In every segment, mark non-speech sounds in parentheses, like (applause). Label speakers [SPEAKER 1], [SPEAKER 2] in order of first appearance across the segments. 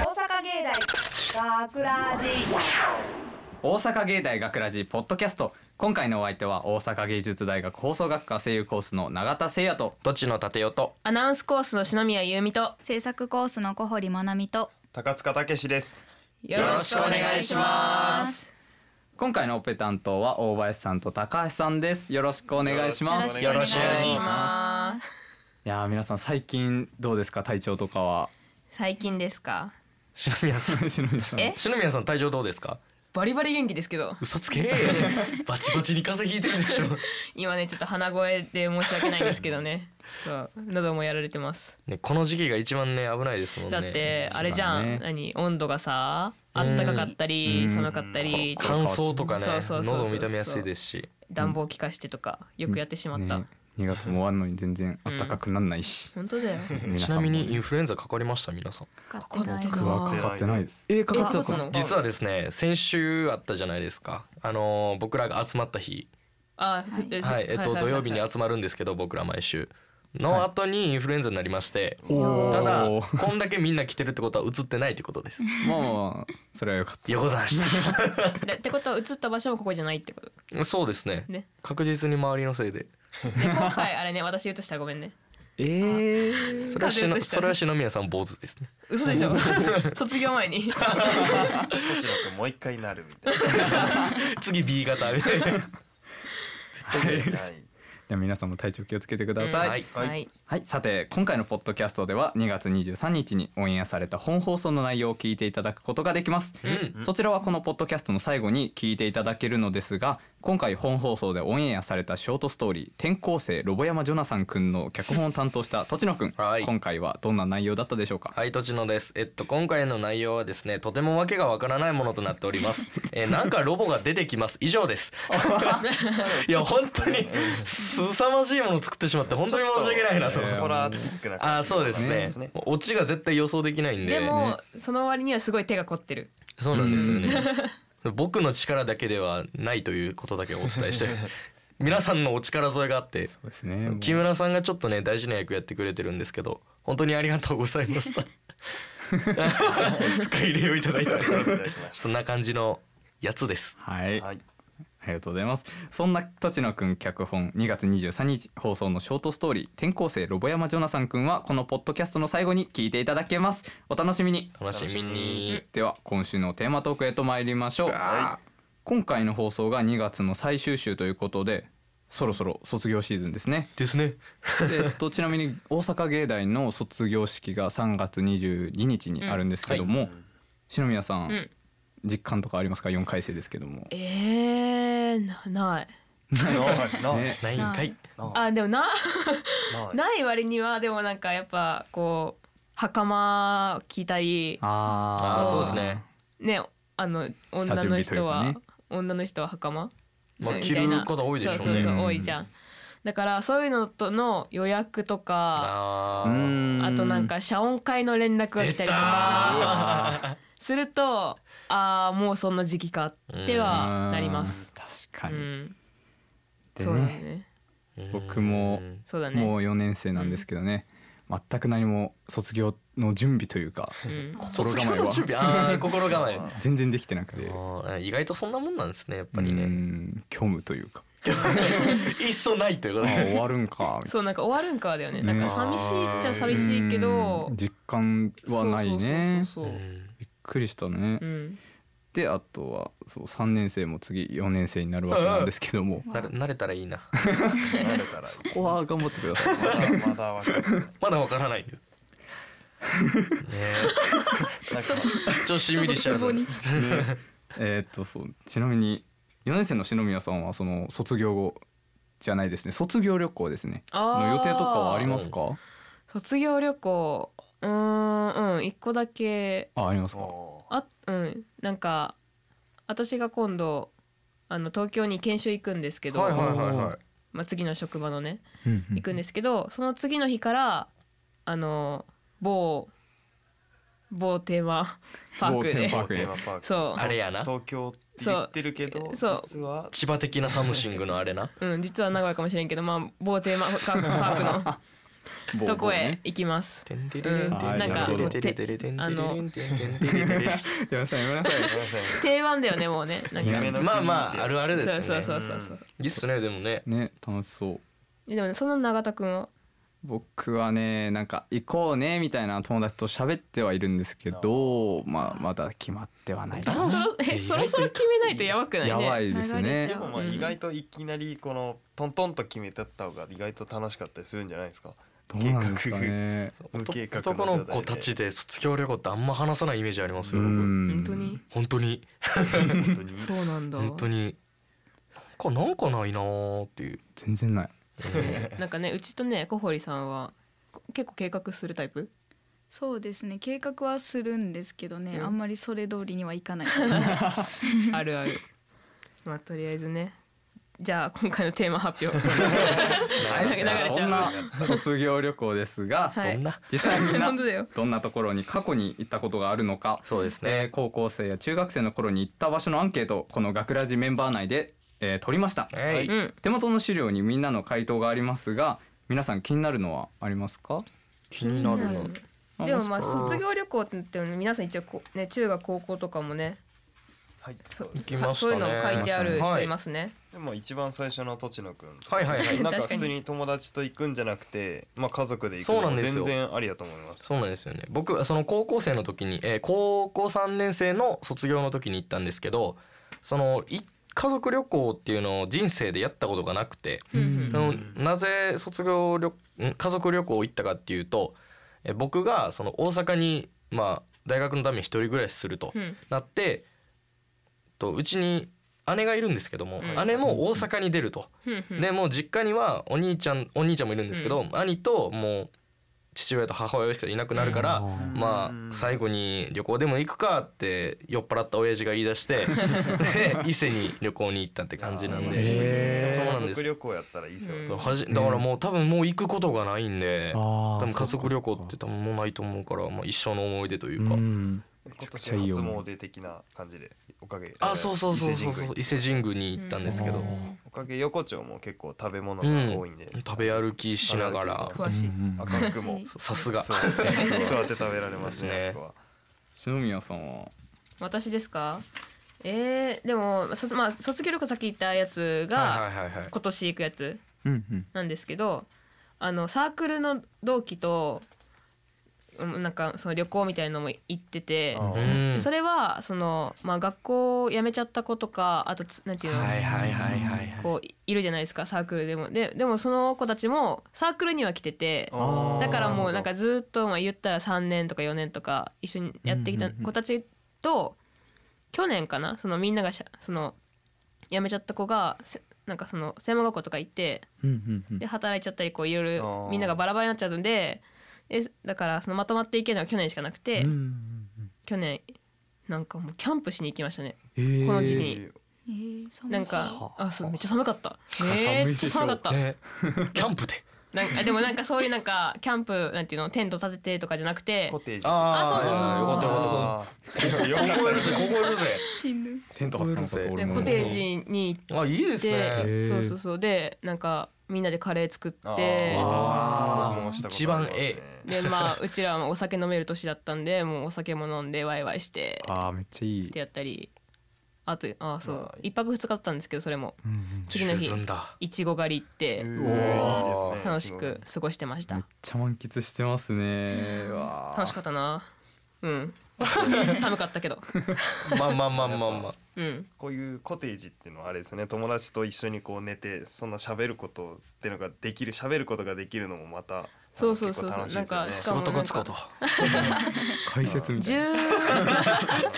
[SPEAKER 1] 大学ラジ
[SPEAKER 2] 大阪芸大学ラジポッドキャスト今回のお相手は大阪芸術大学放送学科声優コースの永田誠也と
[SPEAKER 3] どっちの立よと
[SPEAKER 4] アナウンスコースの篠宮優美と
[SPEAKER 5] 制作コースの小堀まなみと
[SPEAKER 6] 高塚武史です。
[SPEAKER 4] よ
[SPEAKER 3] ろしくお願いします
[SPEAKER 2] 今回のオペ担当は大林さんと高橋さんですよろしくお願いします
[SPEAKER 3] よろしくお願いし
[SPEAKER 4] ま
[SPEAKER 2] いやー皆さん最近どうですか体調とかは
[SPEAKER 4] 最近ですか
[SPEAKER 3] 篠宮さん
[SPEAKER 2] 篠宮さん (laughs)
[SPEAKER 4] え
[SPEAKER 3] 篠宮さん体調どうですか
[SPEAKER 4] バリバリ元気ですけど
[SPEAKER 3] 嘘つけ (laughs) バチバチに風邪ひいてるでしょ
[SPEAKER 4] 今ねちょっと鼻声で申し訳ないんですけ
[SPEAKER 3] (laughs)
[SPEAKER 4] どねそう喉もやられてます
[SPEAKER 3] ねこの時期が一番ね危ないですもんね
[SPEAKER 4] だってあれじゃん、
[SPEAKER 2] ね
[SPEAKER 4] 何温度がさあったかかった
[SPEAKER 2] う
[SPEAKER 4] り
[SPEAKER 2] ん
[SPEAKER 4] 寒かったり
[SPEAKER 3] 乾燥とかね
[SPEAKER 4] そうそうそうそう
[SPEAKER 3] 喉を痛めやすいですし
[SPEAKER 4] 暖房効かしてとかよくやってしまった、
[SPEAKER 2] ね2月も終わるのに全然暖かくなんないし、
[SPEAKER 4] 本当だよ
[SPEAKER 2] 皆
[SPEAKER 3] ち
[SPEAKER 2] さん
[SPEAKER 3] な
[SPEAKER 2] も
[SPEAKER 3] みにインフルエンザかかりました皆さん
[SPEAKER 5] かかってない
[SPEAKER 4] かかって
[SPEAKER 2] 僕
[SPEAKER 4] な
[SPEAKER 5] ない
[SPEAKER 2] はかかってないですえー、かかっちゃった
[SPEAKER 4] えかかったの
[SPEAKER 3] 実はですね先週あったじゃないですかあのー僕らが集まった日
[SPEAKER 4] あ、ふえ
[SPEAKER 3] はいえっと土曜日に
[SPEAKER 4] はい
[SPEAKER 3] 集まるんですけど僕ら毎週の後にインフルエンザになりまして
[SPEAKER 2] おー
[SPEAKER 3] ただこんだけみんな来てるってことは映ってないってこと
[SPEAKER 4] (laughs)
[SPEAKER 3] です
[SPEAKER 2] まあそれはよかった
[SPEAKER 3] よこざんした
[SPEAKER 4] でってことは映った場所もここじゃないって
[SPEAKER 3] (laughs)
[SPEAKER 4] こと
[SPEAKER 3] そうですね
[SPEAKER 4] ね
[SPEAKER 3] 確実に周りのせいで
[SPEAKER 4] で今回あれね私映したらごめんね
[SPEAKER 2] えー、
[SPEAKER 3] それはし
[SPEAKER 4] 風邪
[SPEAKER 3] の
[SPEAKER 4] とした
[SPEAKER 3] それは篠宮さん坊主ですね
[SPEAKER 4] 嘘でしょ (laughs) 卒業前に
[SPEAKER 6] どちらくんもう一回なるみたい
[SPEAKER 3] 次 B 型みたいな
[SPEAKER 6] な。はい。
[SPEAKER 2] じゃあ皆さんも体調気をつけてください、
[SPEAKER 4] うん
[SPEAKER 3] はい
[SPEAKER 4] はい
[SPEAKER 2] はい、さて今回のポッドキャストでは2月23日にオンエアされた本放送の内容を聞いていただくことができます、
[SPEAKER 3] うん
[SPEAKER 2] そちらはこのポッドキャストの最後に聞いていただけるのですが今回本放送でオンエアされたショートストーリー「転校生ロボ山ジョナサンくん」の脚本を担当したとちのくん、
[SPEAKER 3] はい
[SPEAKER 2] 今回はどんな内容だったでしょうか、
[SPEAKER 3] はい、とちのです。えっと、今回の内容はですね、とてもわけがわからないものとなっております。えーなんかロボが出てきます。以上です。いや、本当に、凄まじいものを作ってしまって、本当に申し訳ないなと
[SPEAKER 2] ちょっ。と
[SPEAKER 6] ホラーティックな感じ。
[SPEAKER 3] あー、そうですね。もうオチが絶対予想できないんで。
[SPEAKER 4] でもその割にはすごい手が凝ってる
[SPEAKER 3] そうなんですよね。 (laughs) 僕の力だけではないということだけお伝えして、皆さんのお力添えがあって、
[SPEAKER 2] そうですね
[SPEAKER 3] 木村さんがちょっとね大事な役やってくれてるんですけど本当にありがとうございました深い礼をいただいたそんな感じのやつです
[SPEAKER 2] はい、
[SPEAKER 6] はい。
[SPEAKER 2] ありがとうございますそんなとちのくん脚本2月23日放送のショートストーリー「転校生ロボ山ジョナサンくん」はこのポッドキャストの最後に聞いていただけますお楽しみに
[SPEAKER 3] 楽しみに
[SPEAKER 2] では今週のテーマトークへと参りましょう
[SPEAKER 6] は
[SPEAKER 2] 今回の放送が2月の最終週ということでそろそろ卒業シーズンですね
[SPEAKER 3] ですね
[SPEAKER 2] でえっとちなみに大阪芸大の卒業式が3月22日にあるんですけども、篠宮さん、
[SPEAKER 4] うん
[SPEAKER 2] 実感とかありますか4回生ですけども、
[SPEAKER 4] えー、なない
[SPEAKER 6] い。な
[SPEAKER 2] ね
[SPEAKER 6] い。
[SPEAKER 3] ないんかい
[SPEAKER 6] な
[SPEAKER 4] あでもな
[SPEAKER 6] い。
[SPEAKER 4] ない割にはでもなんかやっぱこう袴着たり
[SPEAKER 2] あ
[SPEAKER 3] あ
[SPEAKER 4] ーそうです
[SPEAKER 3] ね
[SPEAKER 4] ねあの
[SPEAKER 2] 下準
[SPEAKER 4] 女の
[SPEAKER 2] 備という
[SPEAKER 4] 人は、
[SPEAKER 2] かね
[SPEAKER 4] 女の人は
[SPEAKER 3] まあ
[SPEAKER 4] 袴みたいな
[SPEAKER 3] 着る方多いでしょうね
[SPEAKER 4] そうそうそう
[SPEAKER 2] うん
[SPEAKER 4] 多いじゃんだからそういうのとの予約とか
[SPEAKER 3] あ
[SPEAKER 2] う
[SPEAKER 3] ー
[SPEAKER 2] ー
[SPEAKER 4] あと (laughs) なんか謝恩会の連絡が来たりと
[SPEAKER 3] 出
[SPEAKER 4] か
[SPEAKER 2] あー
[SPEAKER 4] するとああもうそんな時期かってはなります。
[SPEAKER 2] 確か
[SPEAKER 4] う
[SPEAKER 2] に、
[SPEAKER 4] ん、
[SPEAKER 2] で
[SPEAKER 4] そうだ
[SPEAKER 2] ね
[SPEAKER 4] ね。
[SPEAKER 2] 僕も
[SPEAKER 3] うん
[SPEAKER 4] そうだね。
[SPEAKER 2] もう4年生なんですけどね、全く何も卒業の準備というか
[SPEAKER 4] うん、
[SPEAKER 2] 心
[SPEAKER 3] 卒業
[SPEAKER 2] 構え
[SPEAKER 3] の
[SPEAKER 2] は
[SPEAKER 3] 準備あー心構え
[SPEAKER 2] 全然できてなくて
[SPEAKER 3] あー意外とそんなもんなんですねやっぱり
[SPEAKER 2] う
[SPEAKER 3] ね
[SPEAKER 2] ん虚無というか
[SPEAKER 3] いっそないというこ
[SPEAKER 2] あ
[SPEAKER 3] とで
[SPEAKER 2] 終わるん (laughs) かみたい
[SPEAKER 4] そうなんか終わるんかだよね。
[SPEAKER 2] ね
[SPEAKER 4] なんか寂しいっちゃ寂
[SPEAKER 2] な
[SPEAKER 4] しいけど
[SPEAKER 2] う、ん実感はないね
[SPEAKER 4] そうそうそう
[SPEAKER 3] うん
[SPEAKER 2] びっくりしたね、
[SPEAKER 4] そう。うん。
[SPEAKER 2] であとはそう3年生も次4年生になるわけなんですけども
[SPEAKER 3] なれ慣れたらいいな
[SPEAKER 6] なるから。
[SPEAKER 2] そこは頑張ってください
[SPEAKER 4] (laughs)
[SPEAKER 6] まだまだわかる。
[SPEAKER 3] まだわからないよね
[SPEAKER 6] な
[SPEAKER 3] え
[SPEAKER 6] んか
[SPEAKER 3] ちょっとしんみりしちゃう
[SPEAKER 5] ちょっとツボに
[SPEAKER 2] えーっとそうちなみに4年生の篠宮さんはその卒業後じゃないですね卒業旅行ですね
[SPEAKER 4] あ
[SPEAKER 2] (laughs) の
[SPEAKER 4] ー
[SPEAKER 2] 予定とかはありますか
[SPEAKER 4] 卒業旅行、うーんうん一個だけ
[SPEAKER 2] あありますか
[SPEAKER 6] も
[SPEAKER 4] あうんなんか私が今度あの東京に研修行くんですけど、
[SPEAKER 3] はいはいはいはい
[SPEAKER 4] まあ次の職場のね
[SPEAKER 2] うんうん
[SPEAKER 4] 行くんですけど、その次の日からあの某某テーマパーク
[SPEAKER 2] 某テ
[SPEAKER 4] で
[SPEAKER 2] ーマパー
[SPEAKER 6] うテーマパーク。
[SPEAKER 4] そ
[SPEAKER 3] あれやな
[SPEAKER 6] 東京って言ってるけど、
[SPEAKER 4] そう
[SPEAKER 6] 実は
[SPEAKER 3] 千葉的なサムシングのあれな
[SPEAKER 4] う、うん、実は名古屋かもしれんけど、まあ、某テーマパークパークの
[SPEAKER 2] 某
[SPEAKER 4] と
[SPEAKER 2] (laughs)
[SPEAKER 4] こへ
[SPEAKER 2] ね
[SPEAKER 4] 行きます。
[SPEAKER 3] てんてれれんて
[SPEAKER 2] うんなんか
[SPEAKER 3] てんてれれれてんてれれん
[SPEAKER 4] あの
[SPEAKER 3] てんてれれんてんてれれれ
[SPEAKER 2] やめなさいやめな
[SPEAKER 4] (laughs)
[SPEAKER 2] さい
[SPEAKER 4] 定番だよねもうねなん
[SPEAKER 6] 夢
[SPEAKER 4] か。
[SPEAKER 6] の国。
[SPEAKER 3] まあまああるあるですね
[SPEAKER 4] そうそうそうそううん
[SPEAKER 3] いいっすねでもね
[SPEAKER 2] ね楽しそう
[SPEAKER 4] でもねその永田君は
[SPEAKER 2] 僕はねなんか行こうねみたいな友達と喋ってはいるんですけどまあまだ決まってはないで
[SPEAKER 4] そろ
[SPEAKER 2] す
[SPEAKER 4] そろえそろそろ決めないとやばくないね。
[SPEAKER 2] やばいです
[SPEAKER 5] 流れ
[SPEAKER 2] ね
[SPEAKER 5] ち
[SPEAKER 6] で
[SPEAKER 5] ゃう
[SPEAKER 6] もまあ意外といきなりこのトントンと決めてった方が意外と楽しかったりするんじゃないですか
[SPEAKER 2] どうなんですかね
[SPEAKER 6] 無計画
[SPEAKER 3] 男の子たちで卒業旅行ってあんま話さないイメージあります
[SPEAKER 2] う
[SPEAKER 3] よ僕
[SPEAKER 2] ん
[SPEAKER 4] 本当に
[SPEAKER 3] 本当に
[SPEAKER 6] 本当に
[SPEAKER 4] そうなんだ。
[SPEAKER 3] 本当になんかなんかないなーっていう
[SPEAKER 2] 全然ない
[SPEAKER 4] ねなんかねうちとね小堀さんはこ結構計画するタイプ。
[SPEAKER 5] そうですね計画はするんですけどね、
[SPEAKER 4] うん
[SPEAKER 5] あんまりそれ通りにはいかない
[SPEAKER 4] あるある。 (laughs) まあとりあえずね。じゃあ今回のテーマ
[SPEAKER 3] (laughs)
[SPEAKER 4] 発表。
[SPEAKER 2] はい
[SPEAKER 4] 流れちゃう
[SPEAKER 2] そんな卒業旅行ですが
[SPEAKER 4] (laughs) は
[SPEAKER 3] どん
[SPEAKER 4] い。
[SPEAKER 3] な
[SPEAKER 2] 実際みんな
[SPEAKER 4] 本当だよ
[SPEAKER 2] どんなところに過去に行ったことがあるのか
[SPEAKER 3] そうです
[SPEAKER 2] え
[SPEAKER 3] ね
[SPEAKER 2] ー高校生や中学生の頃に行った場所のアンケートをこの学ラジメンバー内で、えー取りました
[SPEAKER 3] は
[SPEAKER 6] はい
[SPEAKER 3] い
[SPEAKER 4] うん。
[SPEAKER 2] 手元の資料にみんなの回答がありますが皆さん気になるのはありますか
[SPEAKER 3] 気になる
[SPEAKER 4] 気
[SPEAKER 3] の
[SPEAKER 4] にでもまあ
[SPEAKER 2] すか
[SPEAKER 4] 卒業旅行って言ってもね皆さん一応こうね中学高校とかもね
[SPEAKER 6] はい
[SPEAKER 4] そ
[SPEAKER 6] そうです
[SPEAKER 3] きましたね
[SPEAKER 4] そういうのも書いてある人いますね。
[SPEAKER 6] でも一番最初のとちのくんとか
[SPEAKER 3] はいはいはい
[SPEAKER 6] なんか
[SPEAKER 4] 確かに
[SPEAKER 6] 普通に友達と行くんじゃなくてまあ家族で行く
[SPEAKER 3] そうな
[SPEAKER 6] の
[SPEAKER 3] ん
[SPEAKER 6] も
[SPEAKER 3] ですよ
[SPEAKER 6] 全然ありだと思います
[SPEAKER 3] そうなんですよね僕その高校生の時に、えー高校3年生の卒業の時に行ったんですけどそのい家族旅行っていうのを人生でやったことがなくて、
[SPEAKER 4] うん
[SPEAKER 3] あのなぜ卒業旅ん家族旅行行ったかっていうと、えー僕がその大阪に、まあ、大学のために一人暮らしすると
[SPEAKER 4] うん
[SPEAKER 3] なってとうちに姉がいるんですけども、
[SPEAKER 4] うん
[SPEAKER 3] 姉も大阪に出ると。
[SPEAKER 4] うんうん
[SPEAKER 3] でもう実家にはお兄ちゃんお兄ちゃんもいるんですけど、
[SPEAKER 4] う
[SPEAKER 3] 兄ともう父親と母親しかいなくなるから、
[SPEAKER 2] うん
[SPEAKER 3] ま
[SPEAKER 6] うん
[SPEAKER 3] あ最後に旅行でも行くかって酔っ払った親父が言い出して (laughs) で伊勢に旅行に行ったって感じなん
[SPEAKER 2] いやー
[SPEAKER 3] で。
[SPEAKER 2] へー
[SPEAKER 3] そうなん
[SPEAKER 6] 家
[SPEAKER 3] で
[SPEAKER 6] 族
[SPEAKER 3] す
[SPEAKER 6] 旅行やったらいいですよ
[SPEAKER 4] うん
[SPEAKER 3] はじだからもう多分もう行くことがないんで
[SPEAKER 2] あ
[SPEAKER 3] 多
[SPEAKER 2] ー
[SPEAKER 3] 分家族旅行
[SPEAKER 2] そ
[SPEAKER 3] っ
[SPEAKER 2] か
[SPEAKER 3] て
[SPEAKER 2] そ
[SPEAKER 3] 多分もうないと思うから、まあ、一生の思い出という
[SPEAKER 2] うか
[SPEAKER 3] か、
[SPEAKER 2] うん
[SPEAKER 6] 今年初詣的な感じでおかげ
[SPEAKER 3] あそうそうそうそう
[SPEAKER 6] 伊勢
[SPEAKER 3] そう伊勢
[SPEAKER 6] 神宮
[SPEAKER 3] 神宮に行ったんですけど、
[SPEAKER 2] うん
[SPEAKER 6] おかげ横丁も結構食べ物が多いんで
[SPEAKER 3] 食べ歩きしながら
[SPEAKER 4] 詳し
[SPEAKER 2] う
[SPEAKER 4] い。
[SPEAKER 2] んうん
[SPEAKER 6] 赤くも
[SPEAKER 3] さすが
[SPEAKER 6] そう座って食べられます
[SPEAKER 3] ですね
[SPEAKER 6] ねあそこは
[SPEAKER 2] 篠宮さんは
[SPEAKER 4] 私ですかえー、でもそ、まあ、卒業旅行先行ったやつ
[SPEAKER 3] は
[SPEAKER 4] が
[SPEAKER 3] いはいはいはい
[SPEAKER 4] 今年行くやつ
[SPEAKER 2] うんうん
[SPEAKER 4] なんですけどあのサークルの同期とうんなんかその旅行みたいのも行ってて
[SPEAKER 6] あ
[SPEAKER 3] うん
[SPEAKER 4] それはその、まあ、学校を辞めちゃった子とかあとつなんていうの、
[SPEAKER 3] はいはいはいはいはい
[SPEAKER 4] こういいるじゃないですかサークルでも。ででもその子たちもサークルには来てて
[SPEAKER 2] あー
[SPEAKER 4] だからもうなん
[SPEAKER 6] あ
[SPEAKER 4] かずっとまあ言ったら3年とか4年とか一緒にやってきた子たちと去年かなそのみんながしゃその辞めちゃった子がせなんかその専門学校とか行って
[SPEAKER 2] うんうんうん
[SPEAKER 4] で働いちゃったりこういろいろ
[SPEAKER 6] あー
[SPEAKER 4] みんながバラバラになっちゃうんででだからそのまとまっていけるのは去年しかなくて、
[SPEAKER 2] うんうんうん
[SPEAKER 4] 去年なんかもうキャンプしに行きましたね
[SPEAKER 2] えー
[SPEAKER 4] この時期
[SPEAKER 6] ー
[SPEAKER 4] に
[SPEAKER 5] えー寒い
[SPEAKER 4] なんかあそうめっちゃ寒か
[SPEAKER 2] (laughs)
[SPEAKER 4] っためっちゃ寒かった
[SPEAKER 3] えーキャンプで
[SPEAKER 4] な
[SPEAKER 2] (laughs)
[SPEAKER 4] んかでもなんかそういうなんかキャンプなんていうのテント立ててとかじゃなくて
[SPEAKER 6] コテージ
[SPEAKER 4] あそうそうそうそう
[SPEAKER 3] よかったよかったよかっ
[SPEAKER 6] っ
[SPEAKER 3] た
[SPEAKER 6] たよかった
[SPEAKER 3] ここいるぜここいるぜ
[SPEAKER 5] 死ぬ
[SPEAKER 2] テント張ったのかと俺
[SPEAKER 4] で
[SPEAKER 2] も
[SPEAKER 4] コテージに行って
[SPEAKER 3] あいいですね
[SPEAKER 2] へー
[SPEAKER 4] そうそうそうでなんかみんなでカレー作って
[SPEAKER 2] あー
[SPEAKER 6] もうしたこと
[SPEAKER 3] 一番
[SPEAKER 6] ありますね
[SPEAKER 3] え
[SPEAKER 4] でまあうちらはもうお酒飲める年だったんでもうお酒も飲んでワイワイして
[SPEAKER 2] あーめっちゃい
[SPEAKER 4] っ
[SPEAKER 2] い
[SPEAKER 4] てやったりあとあそう
[SPEAKER 6] まあ
[SPEAKER 4] 一泊二日だったんですけどそれも
[SPEAKER 2] うんうん
[SPEAKER 4] 次の日
[SPEAKER 3] 十分だ
[SPEAKER 4] いちご狩り行っ
[SPEAKER 6] う
[SPEAKER 4] て
[SPEAKER 6] ーいいですね
[SPEAKER 4] 楽しく過ごしてまし
[SPEAKER 2] めったちゃ満喫してますねわー
[SPEAKER 4] 楽しかったなうん寒かったけど
[SPEAKER 3] まあまあまあまあまあ
[SPEAKER 4] うん
[SPEAKER 6] こういうコテージっていうのはあれですよね友達と一緒にこう寝てそんな喋ることっていうのができる喋ることができるのもまたあの
[SPEAKER 4] そうそうそうそう
[SPEAKER 6] 結構楽しいですよね
[SPEAKER 4] なんかしか
[SPEAKER 3] 仕
[SPEAKER 4] も
[SPEAKER 3] 事がつかと
[SPEAKER 2] 解説みたいな
[SPEAKER 4] 1
[SPEAKER 6] まあまあ (laughs) まあ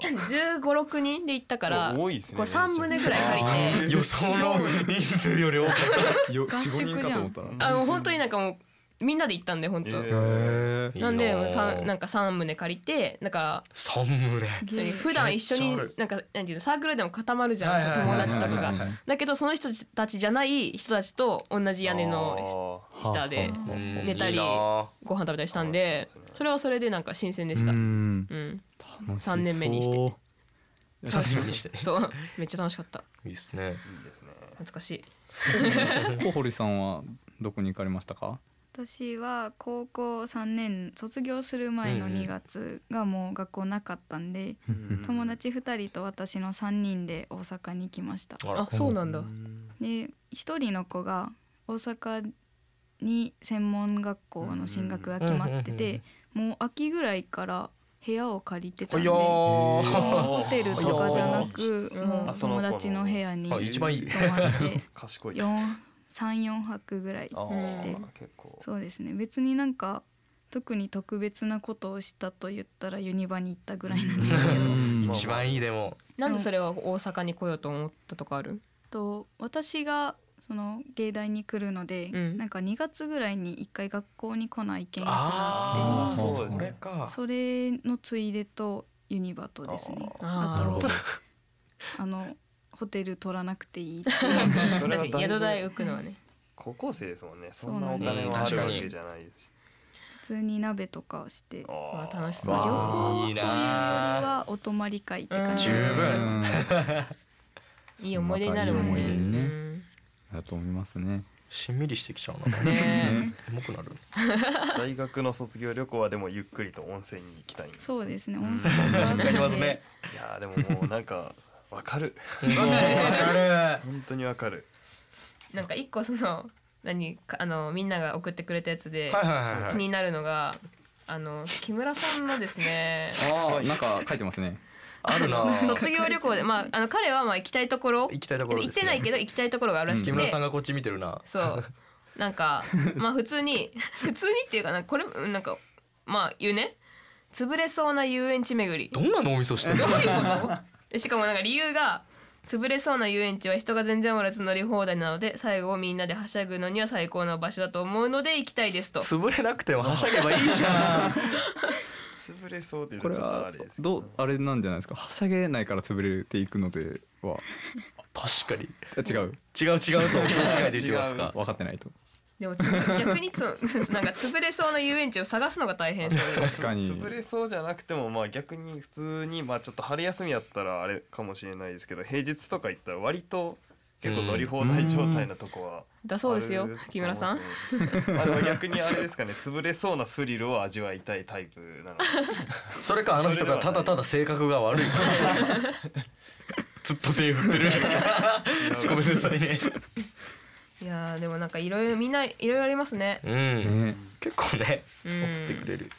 [SPEAKER 4] 5 6人で行ったから
[SPEAKER 6] 多いですね
[SPEAKER 4] こう3棟ぐらい借りて
[SPEAKER 3] 予想の人数より多かっ
[SPEAKER 2] よ
[SPEAKER 5] 合宿
[SPEAKER 2] 四五人か
[SPEAKER 5] じ
[SPEAKER 2] と
[SPEAKER 5] ゃん
[SPEAKER 2] 思ったら
[SPEAKER 4] あもう本当になんかもうみんなで行ったんで本当、
[SPEAKER 6] え
[SPEAKER 2] へ
[SPEAKER 3] た
[SPEAKER 4] なんでもうさんなん
[SPEAKER 3] か
[SPEAKER 4] か3棟借りてだから
[SPEAKER 3] 三群れ
[SPEAKER 5] げえ
[SPEAKER 4] 普段一緒
[SPEAKER 3] めっ
[SPEAKER 4] に
[SPEAKER 3] ちゃある
[SPEAKER 4] なんかなんていうのサークルでも固まるじ
[SPEAKER 3] はい
[SPEAKER 4] ゃん
[SPEAKER 3] はい
[SPEAKER 4] 友達とか
[SPEAKER 2] はいはい
[SPEAKER 4] が
[SPEAKER 2] はいはい
[SPEAKER 4] だけどその人たちじゃない人たちと同じ屋根の下で
[SPEAKER 2] はあはあ
[SPEAKER 3] うん
[SPEAKER 4] 寝たり
[SPEAKER 3] いいな
[SPEAKER 4] ご飯食べたりしたんで
[SPEAKER 6] あそうですね
[SPEAKER 4] それはそれでなんか新鮮でした
[SPEAKER 2] う
[SPEAKER 4] うん
[SPEAKER 2] ん楽しそう
[SPEAKER 4] 3年目にして
[SPEAKER 3] 写真にしてね
[SPEAKER 4] (laughs) そうめっちゃ楽しかった
[SPEAKER 3] いいですね
[SPEAKER 6] いいですね
[SPEAKER 4] 懐かしい
[SPEAKER 2] 小堀さんはどこに行かれましたか
[SPEAKER 5] 私は高校3年卒業する前の
[SPEAKER 3] うんうん
[SPEAKER 5] 2月がもう学校なかったんで、
[SPEAKER 2] うん
[SPEAKER 5] 友達2人と私の3人で大阪に来ました
[SPEAKER 3] あら
[SPEAKER 4] あそうなんだ
[SPEAKER 5] で1人の子が大阪に専門学校の進学が決まってて、もう秋ぐらいから部屋を借りてた
[SPEAKER 3] お
[SPEAKER 5] んで、
[SPEAKER 3] よー
[SPEAKER 5] ホテルとかじゃなく
[SPEAKER 4] うん
[SPEAKER 5] もう友達の部屋に
[SPEAKER 3] あ
[SPEAKER 5] 泊
[SPEAKER 3] 一番いい
[SPEAKER 5] ま
[SPEAKER 6] (laughs)
[SPEAKER 5] って
[SPEAKER 6] 賢い
[SPEAKER 5] 34泊ぐらい
[SPEAKER 6] あー
[SPEAKER 4] して
[SPEAKER 6] 結構
[SPEAKER 5] そうですね別になんか特に特別なことをしたと言ったらユニバに行ったぐらいなんですけ
[SPEAKER 2] う
[SPEAKER 5] ど
[SPEAKER 2] ん
[SPEAKER 3] 一番いいでも
[SPEAKER 4] なんでそれは大阪に来ようと思ったとかある
[SPEAKER 5] (laughs) と私がその芸大に来るので、
[SPEAKER 4] うん
[SPEAKER 5] なんか2月ぐらいに1回学校に来ない件一があ
[SPEAKER 3] あ
[SPEAKER 2] ー
[SPEAKER 3] あ
[SPEAKER 2] そう
[SPEAKER 3] そ
[SPEAKER 6] ですね
[SPEAKER 3] れか
[SPEAKER 5] ってそれのついでとユニバとですね
[SPEAKER 4] あー
[SPEAKER 5] あ
[SPEAKER 3] なるほど
[SPEAKER 5] とあのホテル取らなくていい
[SPEAKER 6] それはだいぶ
[SPEAKER 4] 宿代浮くのはね
[SPEAKER 6] 高校生ですもんねそんなお金
[SPEAKER 3] そう
[SPEAKER 6] は
[SPEAKER 3] なん
[SPEAKER 6] あ
[SPEAKER 3] です
[SPEAKER 6] る
[SPEAKER 3] よ
[SPEAKER 6] わけじゃないし
[SPEAKER 5] 普通に鍋とかをして旅
[SPEAKER 4] わ
[SPEAKER 6] あ
[SPEAKER 4] あ楽しそ
[SPEAKER 5] 行
[SPEAKER 4] う
[SPEAKER 2] わ
[SPEAKER 3] いいう
[SPEAKER 5] といより
[SPEAKER 3] な
[SPEAKER 5] はお泊まり会って感じ
[SPEAKER 3] うん
[SPEAKER 5] でしたけ
[SPEAKER 3] 十
[SPEAKER 5] ど
[SPEAKER 3] 分
[SPEAKER 4] いい思い出になるもん
[SPEAKER 2] ま
[SPEAKER 4] ね
[SPEAKER 2] たいい思い出にね
[SPEAKER 4] うん
[SPEAKER 2] だと思いますね。
[SPEAKER 3] しんみりしてきちゃうな
[SPEAKER 4] ね
[SPEAKER 3] 重くなる
[SPEAKER 4] (laughs)
[SPEAKER 6] ー大学の卒業旅行はでもゆっくりと温泉に行きたいんです
[SPEAKER 5] そうですね
[SPEAKER 6] ん
[SPEAKER 5] 温泉が好き
[SPEAKER 3] いただきます
[SPEAKER 5] で、
[SPEAKER 3] ね
[SPEAKER 6] いやーでももうなんか (laughs) わかる
[SPEAKER 3] わか
[SPEAKER 6] 本当にわかる
[SPEAKER 4] えなんか一個その何かあのみんなが送ってくれたやつで
[SPEAKER 3] るはいはいはいは
[SPEAKER 4] 気
[SPEAKER 3] い
[SPEAKER 4] になるのがあの木村さんのですね
[SPEAKER 2] ああ、なんか書いてますね。
[SPEAKER 3] あるな
[SPEAKER 4] 卒業旅行でまああの彼はまあ行きたいところ
[SPEAKER 3] 行きたいところです
[SPEAKER 4] 行
[SPEAKER 3] ね
[SPEAKER 4] ってないけど行きたいところがあるらしくて
[SPEAKER 3] 木村さんがこっち見てるな
[SPEAKER 4] そうなんかまあ普通に (laughs) 普通にっていうかなんかこれうんなんかまあ言うね潰れそうな遊園地巡り
[SPEAKER 3] どんな脳みそしてる
[SPEAKER 4] どういうこと (laughs) でしかもなんか理由が潰れそうな遊園地は人が全然おらず乗り放題なので最後みんなではしゃぐのには最高の場所だと思うので行きたいですと
[SPEAKER 3] (laughs) 潰れなくてもはしゃげばいいじゃん
[SPEAKER 6] 潰れそうでち
[SPEAKER 2] こ
[SPEAKER 6] ょっ
[SPEAKER 2] れ
[SPEAKER 6] と
[SPEAKER 2] は
[SPEAKER 6] あれですけ
[SPEAKER 2] どうあれなんじゃないですか。はしゃげないから潰れていくので
[SPEAKER 6] (laughs)
[SPEAKER 2] は
[SPEAKER 3] (laughs) 確かに
[SPEAKER 2] あ違う。
[SPEAKER 3] 違う違うと間違えて言ってますか
[SPEAKER 2] 分かってないと。
[SPEAKER 4] でもつ逆にそのなんか潰れそうな遊園地を探すのが大変そうで
[SPEAKER 2] 確かに。
[SPEAKER 6] 潰れそうじゃなくてもまあ逆に普通にまあちょっと春休みだったらあれかもしれないですけど平日とか行ったら割と結構乗り放題状態なとこは
[SPEAKER 3] (laughs)
[SPEAKER 4] だそうですよ
[SPEAKER 6] あると思うん
[SPEAKER 4] 木村さん
[SPEAKER 6] ですよ (laughs) ねあでも逆にあれですかね潰れそうなスリルを味わいたいタイプなのか
[SPEAKER 3] (laughs) それかあの人がただただ性格が悪い (laughs) ずっと手振ってる (laughs) ごめんなさいね
[SPEAKER 4] いやーでもなんかいろいろみんないろいろありますね
[SPEAKER 3] うん
[SPEAKER 2] ね、
[SPEAKER 3] 結構ね
[SPEAKER 4] うん
[SPEAKER 3] 送ってくれる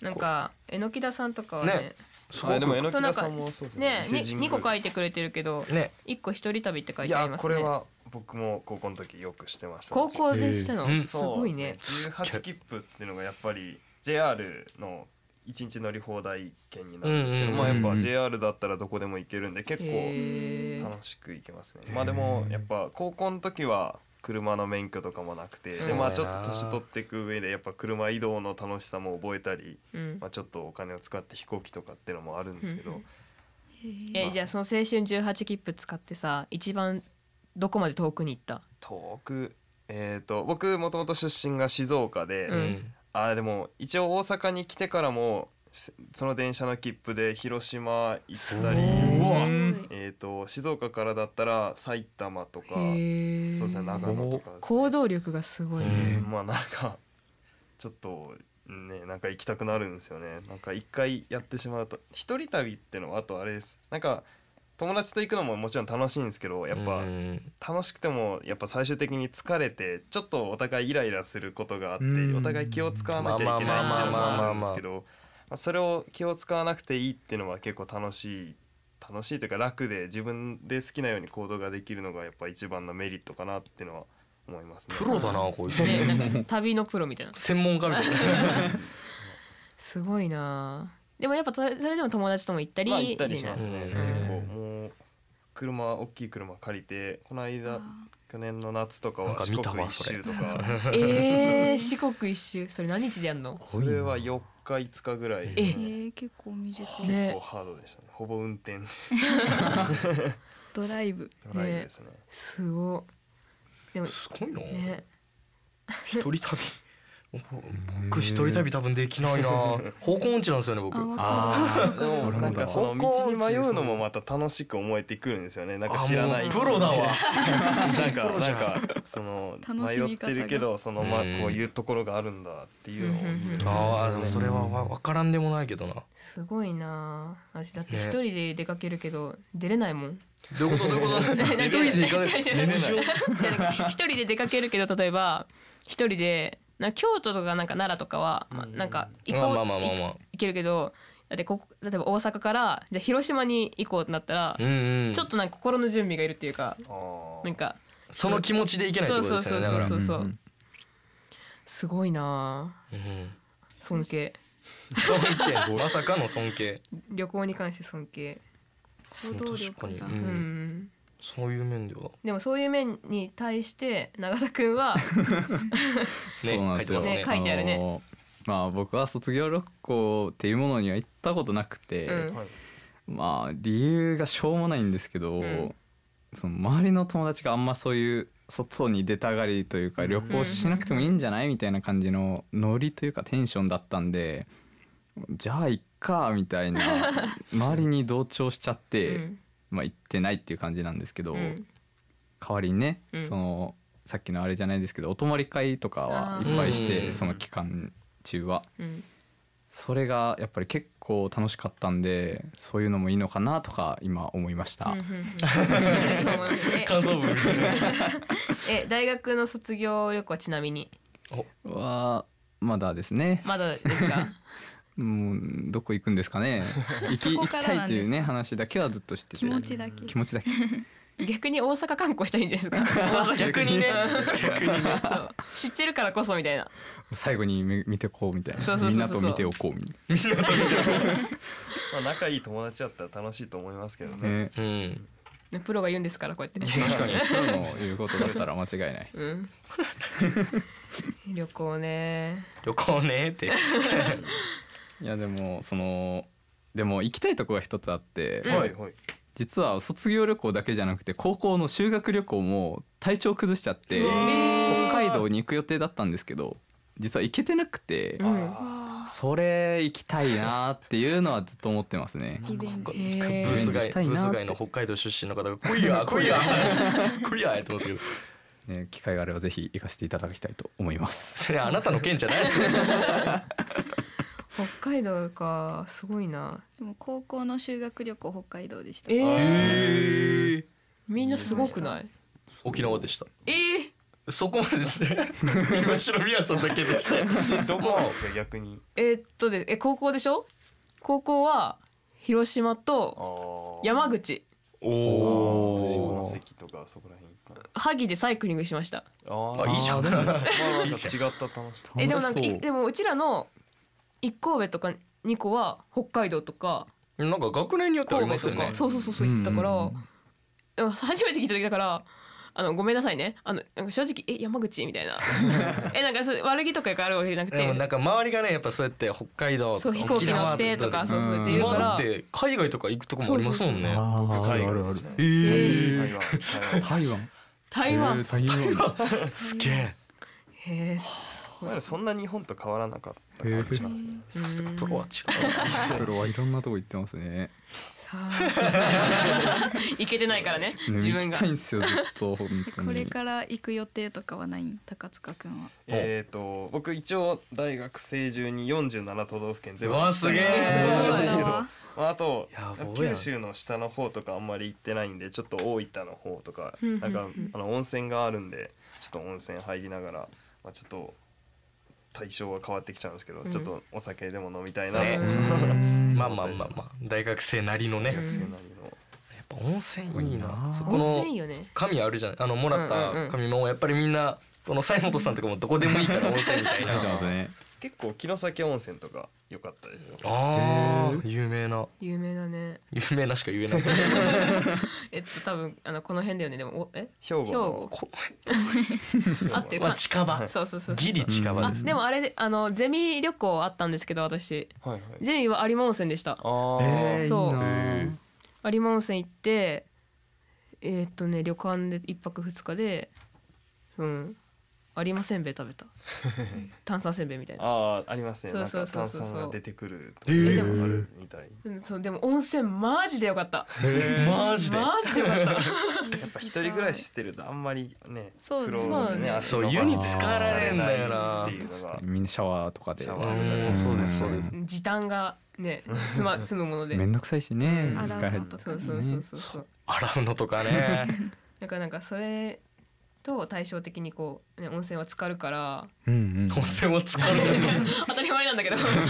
[SPEAKER 4] なんか榎木田さんとかはね
[SPEAKER 3] ねすご
[SPEAKER 6] あでも
[SPEAKER 3] く
[SPEAKER 6] 榎木
[SPEAKER 4] (laughs) そうなんか
[SPEAKER 6] 田さんもそうです
[SPEAKER 4] ね
[SPEAKER 6] 伊勢神
[SPEAKER 4] に2
[SPEAKER 6] 宮
[SPEAKER 4] 個書いてくれてるけど
[SPEAKER 3] ね
[SPEAKER 4] 1個一人旅って書い
[SPEAKER 6] い
[SPEAKER 4] てあり
[SPEAKER 6] や
[SPEAKER 4] ますね
[SPEAKER 6] これは僕も高校の時よくしてました
[SPEAKER 4] 高校でしたの、
[SPEAKER 3] えー
[SPEAKER 4] すごいね
[SPEAKER 6] そうですね18切符っていうのがやっぱり JR の一日乗り放題券になるんですけど、
[SPEAKER 3] うんうん
[SPEAKER 6] まあ
[SPEAKER 3] うん
[SPEAKER 6] や
[SPEAKER 2] うん
[SPEAKER 6] っぱ JR だったらどこでも行けるんで結構
[SPEAKER 4] へー
[SPEAKER 6] 楽しく行けますね、まあでもやっぱ高校の時は車の免許とかもなくて
[SPEAKER 4] そう
[SPEAKER 6] でまあち
[SPEAKER 3] だ
[SPEAKER 6] ょ
[SPEAKER 3] な
[SPEAKER 6] っと年取っていく上でやっぱ車移動の楽しさも覚えたり、
[SPEAKER 4] うん
[SPEAKER 6] まあ、ちょっとお金を使って飛行機とかっていうのもあるんですけ
[SPEAKER 4] うんうん
[SPEAKER 6] ど
[SPEAKER 4] えじゃあその青春18切符使ってさ一番どこまで遠くに行った
[SPEAKER 6] 遠くえー、と僕もともと出身が静岡で、
[SPEAKER 4] うん
[SPEAKER 6] あーでも一応大阪に来てからもしその電車の切符で広島行ったり
[SPEAKER 3] すごい
[SPEAKER 6] えー、と静岡からだったら埼玉とかそうですね長野とかですね、
[SPEAKER 4] 行動力がすごい、ね
[SPEAKER 6] うんまあなんかちょっとねなんか行きたくなるんですよねなんか一回やってしまうと一人旅ってのはあとあれですなんか友達と行くのももちろん楽しいんですけどやっぱ
[SPEAKER 3] うん
[SPEAKER 6] 楽しくてもやっぱ最終的に疲れてちょっとお互いイライラすることがあって
[SPEAKER 2] うん
[SPEAKER 6] お互い気を使わなきゃいけないっていうのもあるんですけどまあそれを気を使わなくていいっていうのは結構楽しい楽しいというか楽で自分で好きなように行動ができるのがやっぱ一番のメリットかなっていうのは思いますね。
[SPEAKER 3] プロだなこいつ
[SPEAKER 4] ねなんか旅のプロみたいな
[SPEAKER 3] 専門家みた (laughs) いな
[SPEAKER 4] すごいなでもやっぱそれそれでも友達とも行ったり,、
[SPEAKER 6] まあ行ったりします
[SPEAKER 3] う
[SPEAKER 6] ね。
[SPEAKER 3] ん
[SPEAKER 6] 結構もう車大きい車借りてこの間去年の夏とか
[SPEAKER 3] なん
[SPEAKER 6] は
[SPEAKER 3] か
[SPEAKER 6] 四
[SPEAKER 3] 見た
[SPEAKER 6] 国
[SPEAKER 3] わ
[SPEAKER 6] 一
[SPEAKER 3] それ
[SPEAKER 6] 周とか
[SPEAKER 4] (laughs) えー、四国一周それ何日でやんの
[SPEAKER 6] それは4日5日ぐらい
[SPEAKER 4] え
[SPEAKER 5] えー、結構短い、
[SPEAKER 4] ね
[SPEAKER 6] 結構ハードでしたね。ほぼ運転
[SPEAKER 5] ドライブ
[SPEAKER 6] ドライブですね。
[SPEAKER 4] すごっでも
[SPEAKER 3] すごいな
[SPEAKER 4] ね
[SPEAKER 3] 一人旅僕一人旅多分できないな。方向音痴なんですよね僕。
[SPEAKER 5] あわ
[SPEAKER 3] あ
[SPEAKER 2] あ (laughs)
[SPEAKER 6] でもなんかその道に迷うのもまた楽しく思えてくるんですよねなんか知らない
[SPEAKER 3] もうプロだわ。
[SPEAKER 6] (laughs) なんか
[SPEAKER 3] プロじ
[SPEAKER 6] な
[SPEAKER 3] ゃ
[SPEAKER 6] ん
[SPEAKER 3] ん
[SPEAKER 6] かその
[SPEAKER 5] 楽し
[SPEAKER 6] 迷
[SPEAKER 5] み
[SPEAKER 6] っ
[SPEAKER 5] 方
[SPEAKER 6] て
[SPEAKER 5] が
[SPEAKER 6] るけどそのまあ
[SPEAKER 3] うん
[SPEAKER 6] こういうところがあるんだっていうのを見る
[SPEAKER 4] うん
[SPEAKER 3] ああでもそれはわ分からんでもないけどな。
[SPEAKER 4] すごいなあ私だって
[SPEAKER 3] ね
[SPEAKER 4] 一人で出かけるけど出れないもん
[SPEAKER 3] どういうことどういうこと
[SPEAKER 4] (laughs)
[SPEAKER 3] 一人で行かない。
[SPEAKER 4] 違う違う一人で出かけるけど例えば一人でな京都とかなんか奈良とかは、まあ
[SPEAKER 6] うん
[SPEAKER 4] なんか行
[SPEAKER 3] まあ
[SPEAKER 4] こう
[SPEAKER 3] まあまあまあまあ
[SPEAKER 4] 行行けるけどだってここ例えば大阪からじゃあ広島に行こうってなったら、
[SPEAKER 3] うんうん。
[SPEAKER 4] ちょっとなんか心の準備がいるっていうか
[SPEAKER 6] あ
[SPEAKER 4] なん
[SPEAKER 6] ー
[SPEAKER 4] か
[SPEAKER 3] その気持ちでいけないってことですよね。だから。
[SPEAKER 4] そううそうんすごいなあ
[SPEAKER 3] ん
[SPEAKER 4] 尊敬
[SPEAKER 3] 尊敬まさかの尊敬。
[SPEAKER 4] 旅行に関して尊敬
[SPEAKER 5] 行動力
[SPEAKER 3] 確か
[SPEAKER 5] が
[SPEAKER 3] にう
[SPEAKER 4] うんん、
[SPEAKER 3] そういう面では。
[SPEAKER 4] でもそういう面に対して永田君
[SPEAKER 3] (laughs)
[SPEAKER 4] は
[SPEAKER 2] そうなんですよ、
[SPEAKER 4] ね書いてあるね
[SPEAKER 2] のまあ僕は卒業旅行っていうものには行ったことなくて、
[SPEAKER 4] うん
[SPEAKER 6] はい
[SPEAKER 2] まあ理由がしょうもないんですけど、
[SPEAKER 4] うん
[SPEAKER 2] その周りの友達があんまそういう外に出たがりというか
[SPEAKER 6] うん
[SPEAKER 2] 旅行しなくてもいいんじゃないみたいな感じのノリというかテンションだったんでじゃあ行っかみたい
[SPEAKER 4] (laughs)
[SPEAKER 2] な周りに同調しちゃっ
[SPEAKER 4] う
[SPEAKER 2] て、
[SPEAKER 4] ん
[SPEAKER 2] まあ行ってないっていう感じなんですけど、
[SPEAKER 4] うん
[SPEAKER 2] 代わりにね、
[SPEAKER 4] うん
[SPEAKER 2] そのさっきのあれじゃないですけどお泊まり会とかは
[SPEAKER 4] あ
[SPEAKER 2] い
[SPEAKER 4] ー
[SPEAKER 2] っぱいし
[SPEAKER 3] う
[SPEAKER 2] て
[SPEAKER 3] ん
[SPEAKER 2] その期間中は。
[SPEAKER 4] うん
[SPEAKER 2] それがやっぱり結構楽しかったんでそういうのもいいのかなとか今思いました、
[SPEAKER 4] うんうんうん今思いますね
[SPEAKER 3] 感想文。
[SPEAKER 4] え大学の卒業旅行はちなみに
[SPEAKER 2] はまだですね
[SPEAKER 4] まだで
[SPEAKER 3] (laughs)
[SPEAKER 4] すか
[SPEAKER 2] もうどこ行くんですか
[SPEAKER 5] (laughs)
[SPEAKER 2] ね行き
[SPEAKER 5] そ
[SPEAKER 2] 行
[SPEAKER 5] こ
[SPEAKER 2] き
[SPEAKER 5] から
[SPEAKER 2] たいというね
[SPEAKER 5] なんですか
[SPEAKER 2] 話だけはずっとしてて
[SPEAKER 5] 気持ちだけ
[SPEAKER 2] 気持ちだけ
[SPEAKER 4] 逆に大阪観光したらいいんじゃないです
[SPEAKER 3] (laughs)
[SPEAKER 4] か
[SPEAKER 3] 逆にね。
[SPEAKER 4] そう知ってるからこそみたいな
[SPEAKER 2] 最後に見見てこうみたい
[SPEAKER 4] そう
[SPEAKER 2] な
[SPEAKER 4] そうそうそう
[SPEAKER 2] みんなと見ておこうみた
[SPEAKER 6] まあ仲いい友達だったら楽しいと思いますけど
[SPEAKER 2] いな
[SPEAKER 6] ね
[SPEAKER 2] ね
[SPEAKER 3] うん。
[SPEAKER 4] ねプロが言うんですからこうやって
[SPEAKER 2] 確かにプロの言うことだったら間違いない
[SPEAKER 4] うん旅行ね
[SPEAKER 3] 旅行ねって。
[SPEAKER 2] いやでもそのでも行きたいとこが一つあって、
[SPEAKER 6] はいはい
[SPEAKER 2] 実は卒業旅行だけじゃなくて高校の修学旅行も体調崩しちゃって北海道に行く予定だったんですけど実は行けてなくて
[SPEAKER 4] うん
[SPEAKER 6] あ
[SPEAKER 2] それ行きたいなっていうのはずっと思ってますね。
[SPEAKER 5] リベンジ
[SPEAKER 4] へ
[SPEAKER 3] ブー
[SPEAKER 4] ー
[SPEAKER 3] ス
[SPEAKER 2] リベンジした
[SPEAKER 3] 外
[SPEAKER 2] い
[SPEAKER 3] ブー
[SPEAKER 2] な
[SPEAKER 3] ス
[SPEAKER 2] って
[SPEAKER 3] 外の北海道出身の方が「来いや (laughs) 来いや来いや」って言ってますけど
[SPEAKER 2] ね、機会があればぜひ行かせていただきたいと思います。
[SPEAKER 3] それあなたの件じゃない
[SPEAKER 4] 北海道かすごいな
[SPEAKER 5] でも高校の修学旅行北海道でした
[SPEAKER 4] え
[SPEAKER 3] ええ
[SPEAKER 4] みんなすごくない
[SPEAKER 3] 沖縄でした
[SPEAKER 4] えー
[SPEAKER 3] そこまでして (laughs) 今白宮さんだけでした
[SPEAKER 6] あどこなんですか逆に
[SPEAKER 4] えーっとでえ高校でしょ高校は広島
[SPEAKER 6] あ
[SPEAKER 4] と
[SPEAKER 6] ー
[SPEAKER 4] 山口
[SPEAKER 3] お
[SPEAKER 2] おー
[SPEAKER 6] 下関とかそこら辺か
[SPEAKER 4] 萩でサイクリングしました
[SPEAKER 6] あ
[SPEAKER 3] あいいじゃん
[SPEAKER 6] ーまあなん
[SPEAKER 3] いい
[SPEAKER 6] か違
[SPEAKER 3] じ
[SPEAKER 6] った楽し
[SPEAKER 4] えでもなんか
[SPEAKER 2] 楽し
[SPEAKER 4] いでもうちらの一神戸とか二個は北海道とか
[SPEAKER 3] なんか学年によってあり
[SPEAKER 4] 神
[SPEAKER 3] ま
[SPEAKER 4] 戸
[SPEAKER 3] す
[SPEAKER 4] と
[SPEAKER 3] よ
[SPEAKER 4] か、
[SPEAKER 3] ね
[SPEAKER 4] そうそうそうそう言ってたから、
[SPEAKER 2] うんうん
[SPEAKER 4] でも初めて聞いた時だからあのごめんなさいねあのなんか正直え山口みた
[SPEAKER 3] (laughs)
[SPEAKER 4] いなえなんかそう悪気とかがあるわけじゃなく
[SPEAKER 3] でもな
[SPEAKER 4] て
[SPEAKER 3] んか周りがねやっぱそうやって北海道
[SPEAKER 4] そう飛行機乗ってとか
[SPEAKER 2] 沖縄とか
[SPEAKER 4] そうそう言って言う
[SPEAKER 3] 今
[SPEAKER 4] か
[SPEAKER 3] だっ
[SPEAKER 4] ら
[SPEAKER 3] て海外とか行くとこもありますもんね
[SPEAKER 2] あー
[SPEAKER 6] い
[SPEAKER 2] あるあるある
[SPEAKER 6] 海
[SPEAKER 3] え
[SPEAKER 6] 外台
[SPEAKER 3] ー
[SPEAKER 6] 湾台湾
[SPEAKER 2] 台湾。
[SPEAKER 4] 台
[SPEAKER 2] えー
[SPEAKER 4] 湾
[SPEAKER 2] 台湾。
[SPEAKER 3] すげえ
[SPEAKER 4] へえす
[SPEAKER 6] お前らそんな日本と変わらなかった感じしますね
[SPEAKER 4] うん
[SPEAKER 3] さすがプロは違う
[SPEAKER 2] プロはいろんなとこ行ってますね。
[SPEAKER 4] さあ (laughs) いけてないからね
[SPEAKER 2] ね
[SPEAKER 4] 自
[SPEAKER 2] 行
[SPEAKER 4] 分が
[SPEAKER 2] きたいんですよずっと本
[SPEAKER 5] え
[SPEAKER 2] 当
[SPEAKER 5] これ
[SPEAKER 2] に。
[SPEAKER 5] から行く予定とかはないん高塚くんは
[SPEAKER 6] えー、と僕一応大学生中に47都道府県全
[SPEAKER 3] う
[SPEAKER 6] 部
[SPEAKER 3] わすげえ
[SPEAKER 4] えすごい
[SPEAKER 6] けどまあ、あと
[SPEAKER 3] やばい
[SPEAKER 6] 九州の下の方とかあんまり行ってないんでちょっと大分の方とか
[SPEAKER 4] うんうんうん
[SPEAKER 6] なんかあの温泉があるんでちょっと温泉入りながら、まあ、ちょっと対象は変わってきちゃうんですけど、
[SPEAKER 4] うん
[SPEAKER 6] ちょっとお酒でも飲みたいな、
[SPEAKER 3] ね
[SPEAKER 6] 大
[SPEAKER 3] まあまあまあまあ大学生なりのね
[SPEAKER 6] 学生なりの、
[SPEAKER 3] やっぱ温泉いい
[SPEAKER 2] すごい
[SPEAKER 3] な
[SPEAKER 2] な
[SPEAKER 3] そこの
[SPEAKER 4] 温泉いいよね
[SPEAKER 3] 紙あるじゃないあのもら
[SPEAKER 4] うんうんう
[SPEAKER 3] った
[SPEAKER 4] ん
[SPEAKER 3] 紙もやっぱりみんなこの西本さんとかもどこでもいいから温泉みたい
[SPEAKER 2] 書いて
[SPEAKER 3] な
[SPEAKER 2] ますね。
[SPEAKER 6] (laughs) 結構城崎温泉とか良かったですよ。
[SPEAKER 3] あー有名な
[SPEAKER 4] 有名だね
[SPEAKER 3] 有名なしか言え
[SPEAKER 4] (laughs)
[SPEAKER 3] ない
[SPEAKER 4] えっと多分あのこの辺だよねでもお
[SPEAKER 6] (laughs)
[SPEAKER 4] え
[SPEAKER 6] 兵庫
[SPEAKER 4] 兵
[SPEAKER 6] の
[SPEAKER 4] 庫
[SPEAKER 3] こ
[SPEAKER 4] あってる
[SPEAKER 3] まあ近場
[SPEAKER 4] そうそうそうそう
[SPEAKER 3] ギリ近場
[SPEAKER 4] あ
[SPEAKER 3] です
[SPEAKER 4] でもあれであのゼミ旅行あったんですけど私
[SPEAKER 6] はいはい、
[SPEAKER 4] ゼミは有馬温泉でした
[SPEAKER 6] あー、
[SPEAKER 2] えー
[SPEAKER 4] そう
[SPEAKER 2] いいなー
[SPEAKER 3] へー
[SPEAKER 4] 有馬温泉行ってえーっとね旅館で一泊二日でうんありませんべい食べた
[SPEAKER 3] (laughs)
[SPEAKER 4] 炭酸せんべいみたいな
[SPEAKER 6] ああありますね
[SPEAKER 4] そ
[SPEAKER 6] な
[SPEAKER 4] うんそ
[SPEAKER 6] か
[SPEAKER 4] うそう
[SPEAKER 6] 炭
[SPEAKER 4] そう
[SPEAKER 6] 酸が出てくると
[SPEAKER 3] え
[SPEAKER 6] か
[SPEAKER 3] ー
[SPEAKER 6] いうのがあるみたい
[SPEAKER 4] うんそうでも温泉マジでよかった
[SPEAKER 3] マジで
[SPEAKER 4] マジでよかった
[SPEAKER 6] やっぱ一人暮らししてるとあんまりね
[SPEAKER 5] そう
[SPEAKER 6] 風
[SPEAKER 5] です
[SPEAKER 4] そう
[SPEAKER 6] 呂
[SPEAKER 4] だ
[SPEAKER 6] に
[SPEAKER 4] ね
[SPEAKER 6] ね足
[SPEAKER 3] そ
[SPEAKER 6] 伸
[SPEAKER 3] う
[SPEAKER 6] ばして
[SPEAKER 3] 湯に浸かられんだよな
[SPEAKER 6] っていうのが
[SPEAKER 2] みんなシャワーとかで
[SPEAKER 6] シャ
[SPEAKER 3] う
[SPEAKER 6] ワー
[SPEAKER 3] んそうですそうです
[SPEAKER 4] 時短が
[SPEAKER 2] (laughs)
[SPEAKER 4] ね済ま済むもので
[SPEAKER 2] めんどくさいしね
[SPEAKER 5] うん
[SPEAKER 2] 一回入っ
[SPEAKER 5] ど
[SPEAKER 4] そうそうそうそうそう
[SPEAKER 3] 洗うのとかね
[SPEAKER 4] だからなんかそれと対照的にこう、ね、温泉は浸かるから (laughs)
[SPEAKER 2] うんうん
[SPEAKER 3] 温泉は使うんだよ
[SPEAKER 4] 当たり前なんだけど
[SPEAKER 2] (laughs)
[SPEAKER 3] そういうこ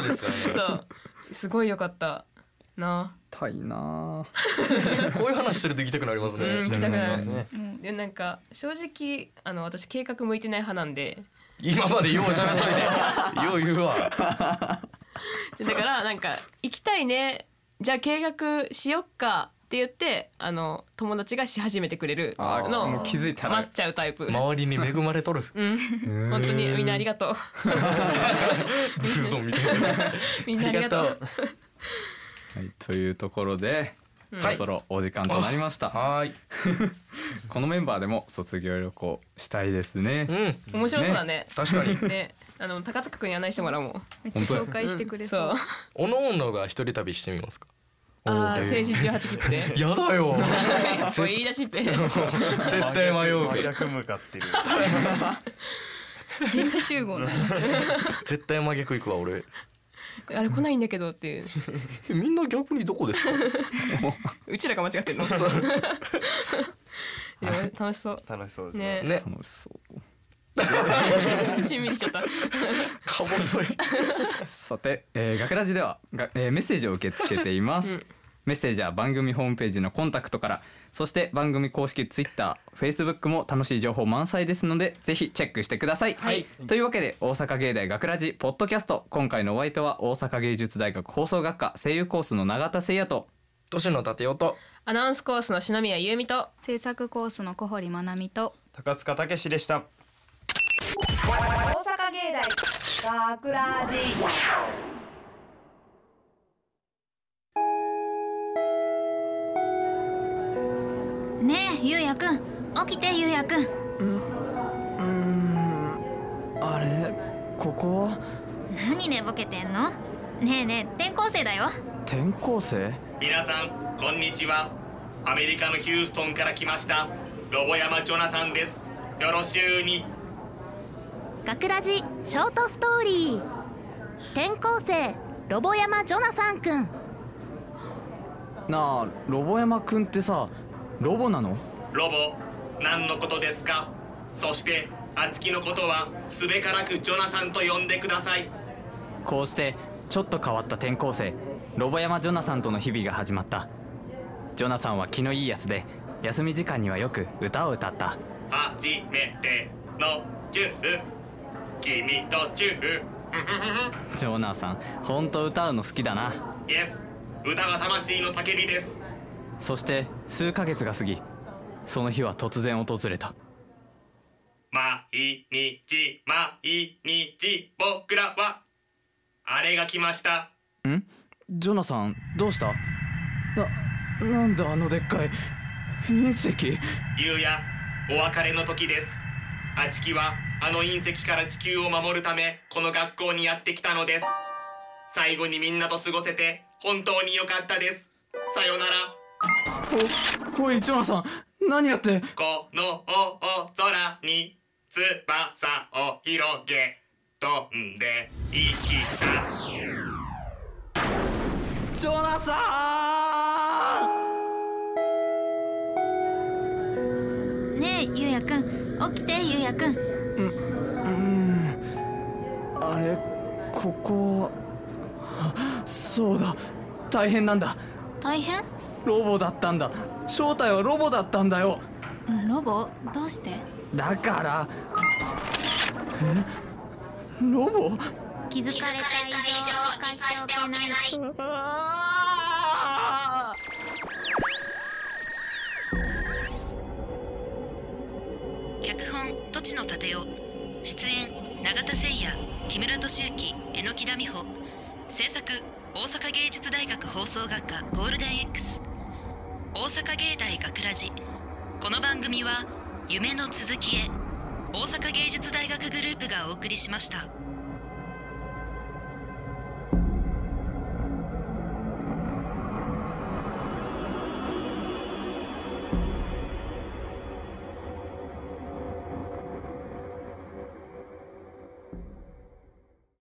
[SPEAKER 3] とですよね
[SPEAKER 4] そうすごい良かったな
[SPEAKER 2] たいな
[SPEAKER 3] こういう話してると行きたくなります
[SPEAKER 4] うん行き
[SPEAKER 3] ね
[SPEAKER 4] たくな
[SPEAKER 6] す
[SPEAKER 4] る
[SPEAKER 6] ね
[SPEAKER 5] もう
[SPEAKER 4] でなんか正直あの私計画向いてない派なんで
[SPEAKER 3] 今までよう喋っといてよう言うわ
[SPEAKER 4] でだからなんか「行きたいねじゃあ計画しよっか」って言ってあの友達がし始めてくれる
[SPEAKER 2] あーも
[SPEAKER 4] の
[SPEAKER 2] う気づいたら
[SPEAKER 4] 待っちゃうタイプ
[SPEAKER 3] 周りに恵まれと (laughs) る
[SPEAKER 4] うん本当にみんなありがとう
[SPEAKER 3] ブーゾンみたいな
[SPEAKER 4] みんなありがとう
[SPEAKER 2] はいというところでそろそろお時間となりました
[SPEAKER 3] はーい
[SPEAKER 2] (laughs) このメンバーでも卒業旅行したいですね
[SPEAKER 3] うん
[SPEAKER 4] 面白そうだね
[SPEAKER 3] 確かに
[SPEAKER 4] ねあの高塚くんに案内してもらおうもん
[SPEAKER 5] めっちゃ紹介してくれそう
[SPEAKER 4] そう
[SPEAKER 3] おのおのが一人旅してみますか
[SPEAKER 4] ああ
[SPEAKER 3] お
[SPEAKER 4] 青
[SPEAKER 3] ー
[SPEAKER 4] 春18切 (laughs) って
[SPEAKER 3] やだよ
[SPEAKER 4] これ言い出しっ (laughs) ぺ
[SPEAKER 3] 絶対迷う
[SPEAKER 6] 真逆向かってる
[SPEAKER 5] 現地集合の
[SPEAKER 3] 絶対真逆行くわ俺
[SPEAKER 4] (laughs) あれ来ないんだけどっていう
[SPEAKER 3] えみんな逆にどこですか
[SPEAKER 4] うちらが間違ってるの (laughs) でも楽しそう
[SPEAKER 6] 楽しそうですね
[SPEAKER 4] ね
[SPEAKER 3] ね
[SPEAKER 2] 楽しそう
[SPEAKER 4] (laughs) しんみりしちゃった
[SPEAKER 3] か細い
[SPEAKER 2] さて、えー、学ラジではが、えーメッセージを受け付けています、
[SPEAKER 4] うん
[SPEAKER 2] メッセージは番組ホームページのコンタクトからそして番組公式 TwitterFacebook も楽しい情報満載ですのでぜひチェックしてください、
[SPEAKER 4] はい
[SPEAKER 2] というわけで大阪芸大学ラジポッドキャスト今回のお相手は大阪芸術大学放送学科声優コースの永田誠也と
[SPEAKER 3] 年の立てよと
[SPEAKER 4] アナウンスコースの篠宮由美と
[SPEAKER 5] 制作コースの小堀まなみと
[SPEAKER 6] 高塚武史でした
[SPEAKER 1] 大阪芸大学ラジ
[SPEAKER 7] ねえゆうやくん起きてゆうやくん
[SPEAKER 8] あれここは
[SPEAKER 7] 何寝ぼけてんのねえねえ転校生だよ
[SPEAKER 8] 転校生
[SPEAKER 9] 皆さんこんにちはアメリカのヒューストンから来ましたロボ山ジョナさんですよろしゅうに
[SPEAKER 7] 学ラジショートストーリー転校生ロボ山ジョナサンくん
[SPEAKER 8] なあロボ山くんってさロボなの
[SPEAKER 9] ロボ何のことですかそしてあつきのことはすべからくジョナさんと呼んでください
[SPEAKER 8] こうしてちょっと変わった転校生ロボ山ジョナさんとの日々が始まったジョナさんは気のいいやつで休み時間にはよく歌を歌った
[SPEAKER 9] はじめてのチュー君とチュー
[SPEAKER 8] ジョナさんほんと歌うの好きだな
[SPEAKER 9] イエス歌は魂の叫びです
[SPEAKER 8] そして数ヶ月が過ぎその日は突然訪れた
[SPEAKER 9] 毎日毎日僕らはあれが来ました
[SPEAKER 8] ジョナさんどうしたななんだあのでっかい隕石
[SPEAKER 9] ゆうやお別れの時ですあちきはあの隕石から地球を守るためこの学校にやってきたのです最後にみんなと過ごせて本当に良かったですさよなら
[SPEAKER 8] おいジョナさん何やって
[SPEAKER 9] この大空に翼を広げ飛んでいきた
[SPEAKER 8] ジョナさん
[SPEAKER 7] ねえゆうやくん起きてゆうやくん
[SPEAKER 8] あれここあそうだ大変なんだ
[SPEAKER 7] 大変
[SPEAKER 8] ロボだったんだ正体はロボだったんだよ
[SPEAKER 7] ロボどうして
[SPEAKER 8] だからえロボ
[SPEAKER 7] 気づかれた以上は返しておけない
[SPEAKER 8] あー
[SPEAKER 10] 脚本「土地の盾よ」出演永田誠也木村敏之榎木田美穂制作大阪芸術大学放送学科ゴールデン X 大阪芸大学ラジこの番組は「夢の続きへ」
[SPEAKER 7] 大阪芸術大学グループがお送りしました。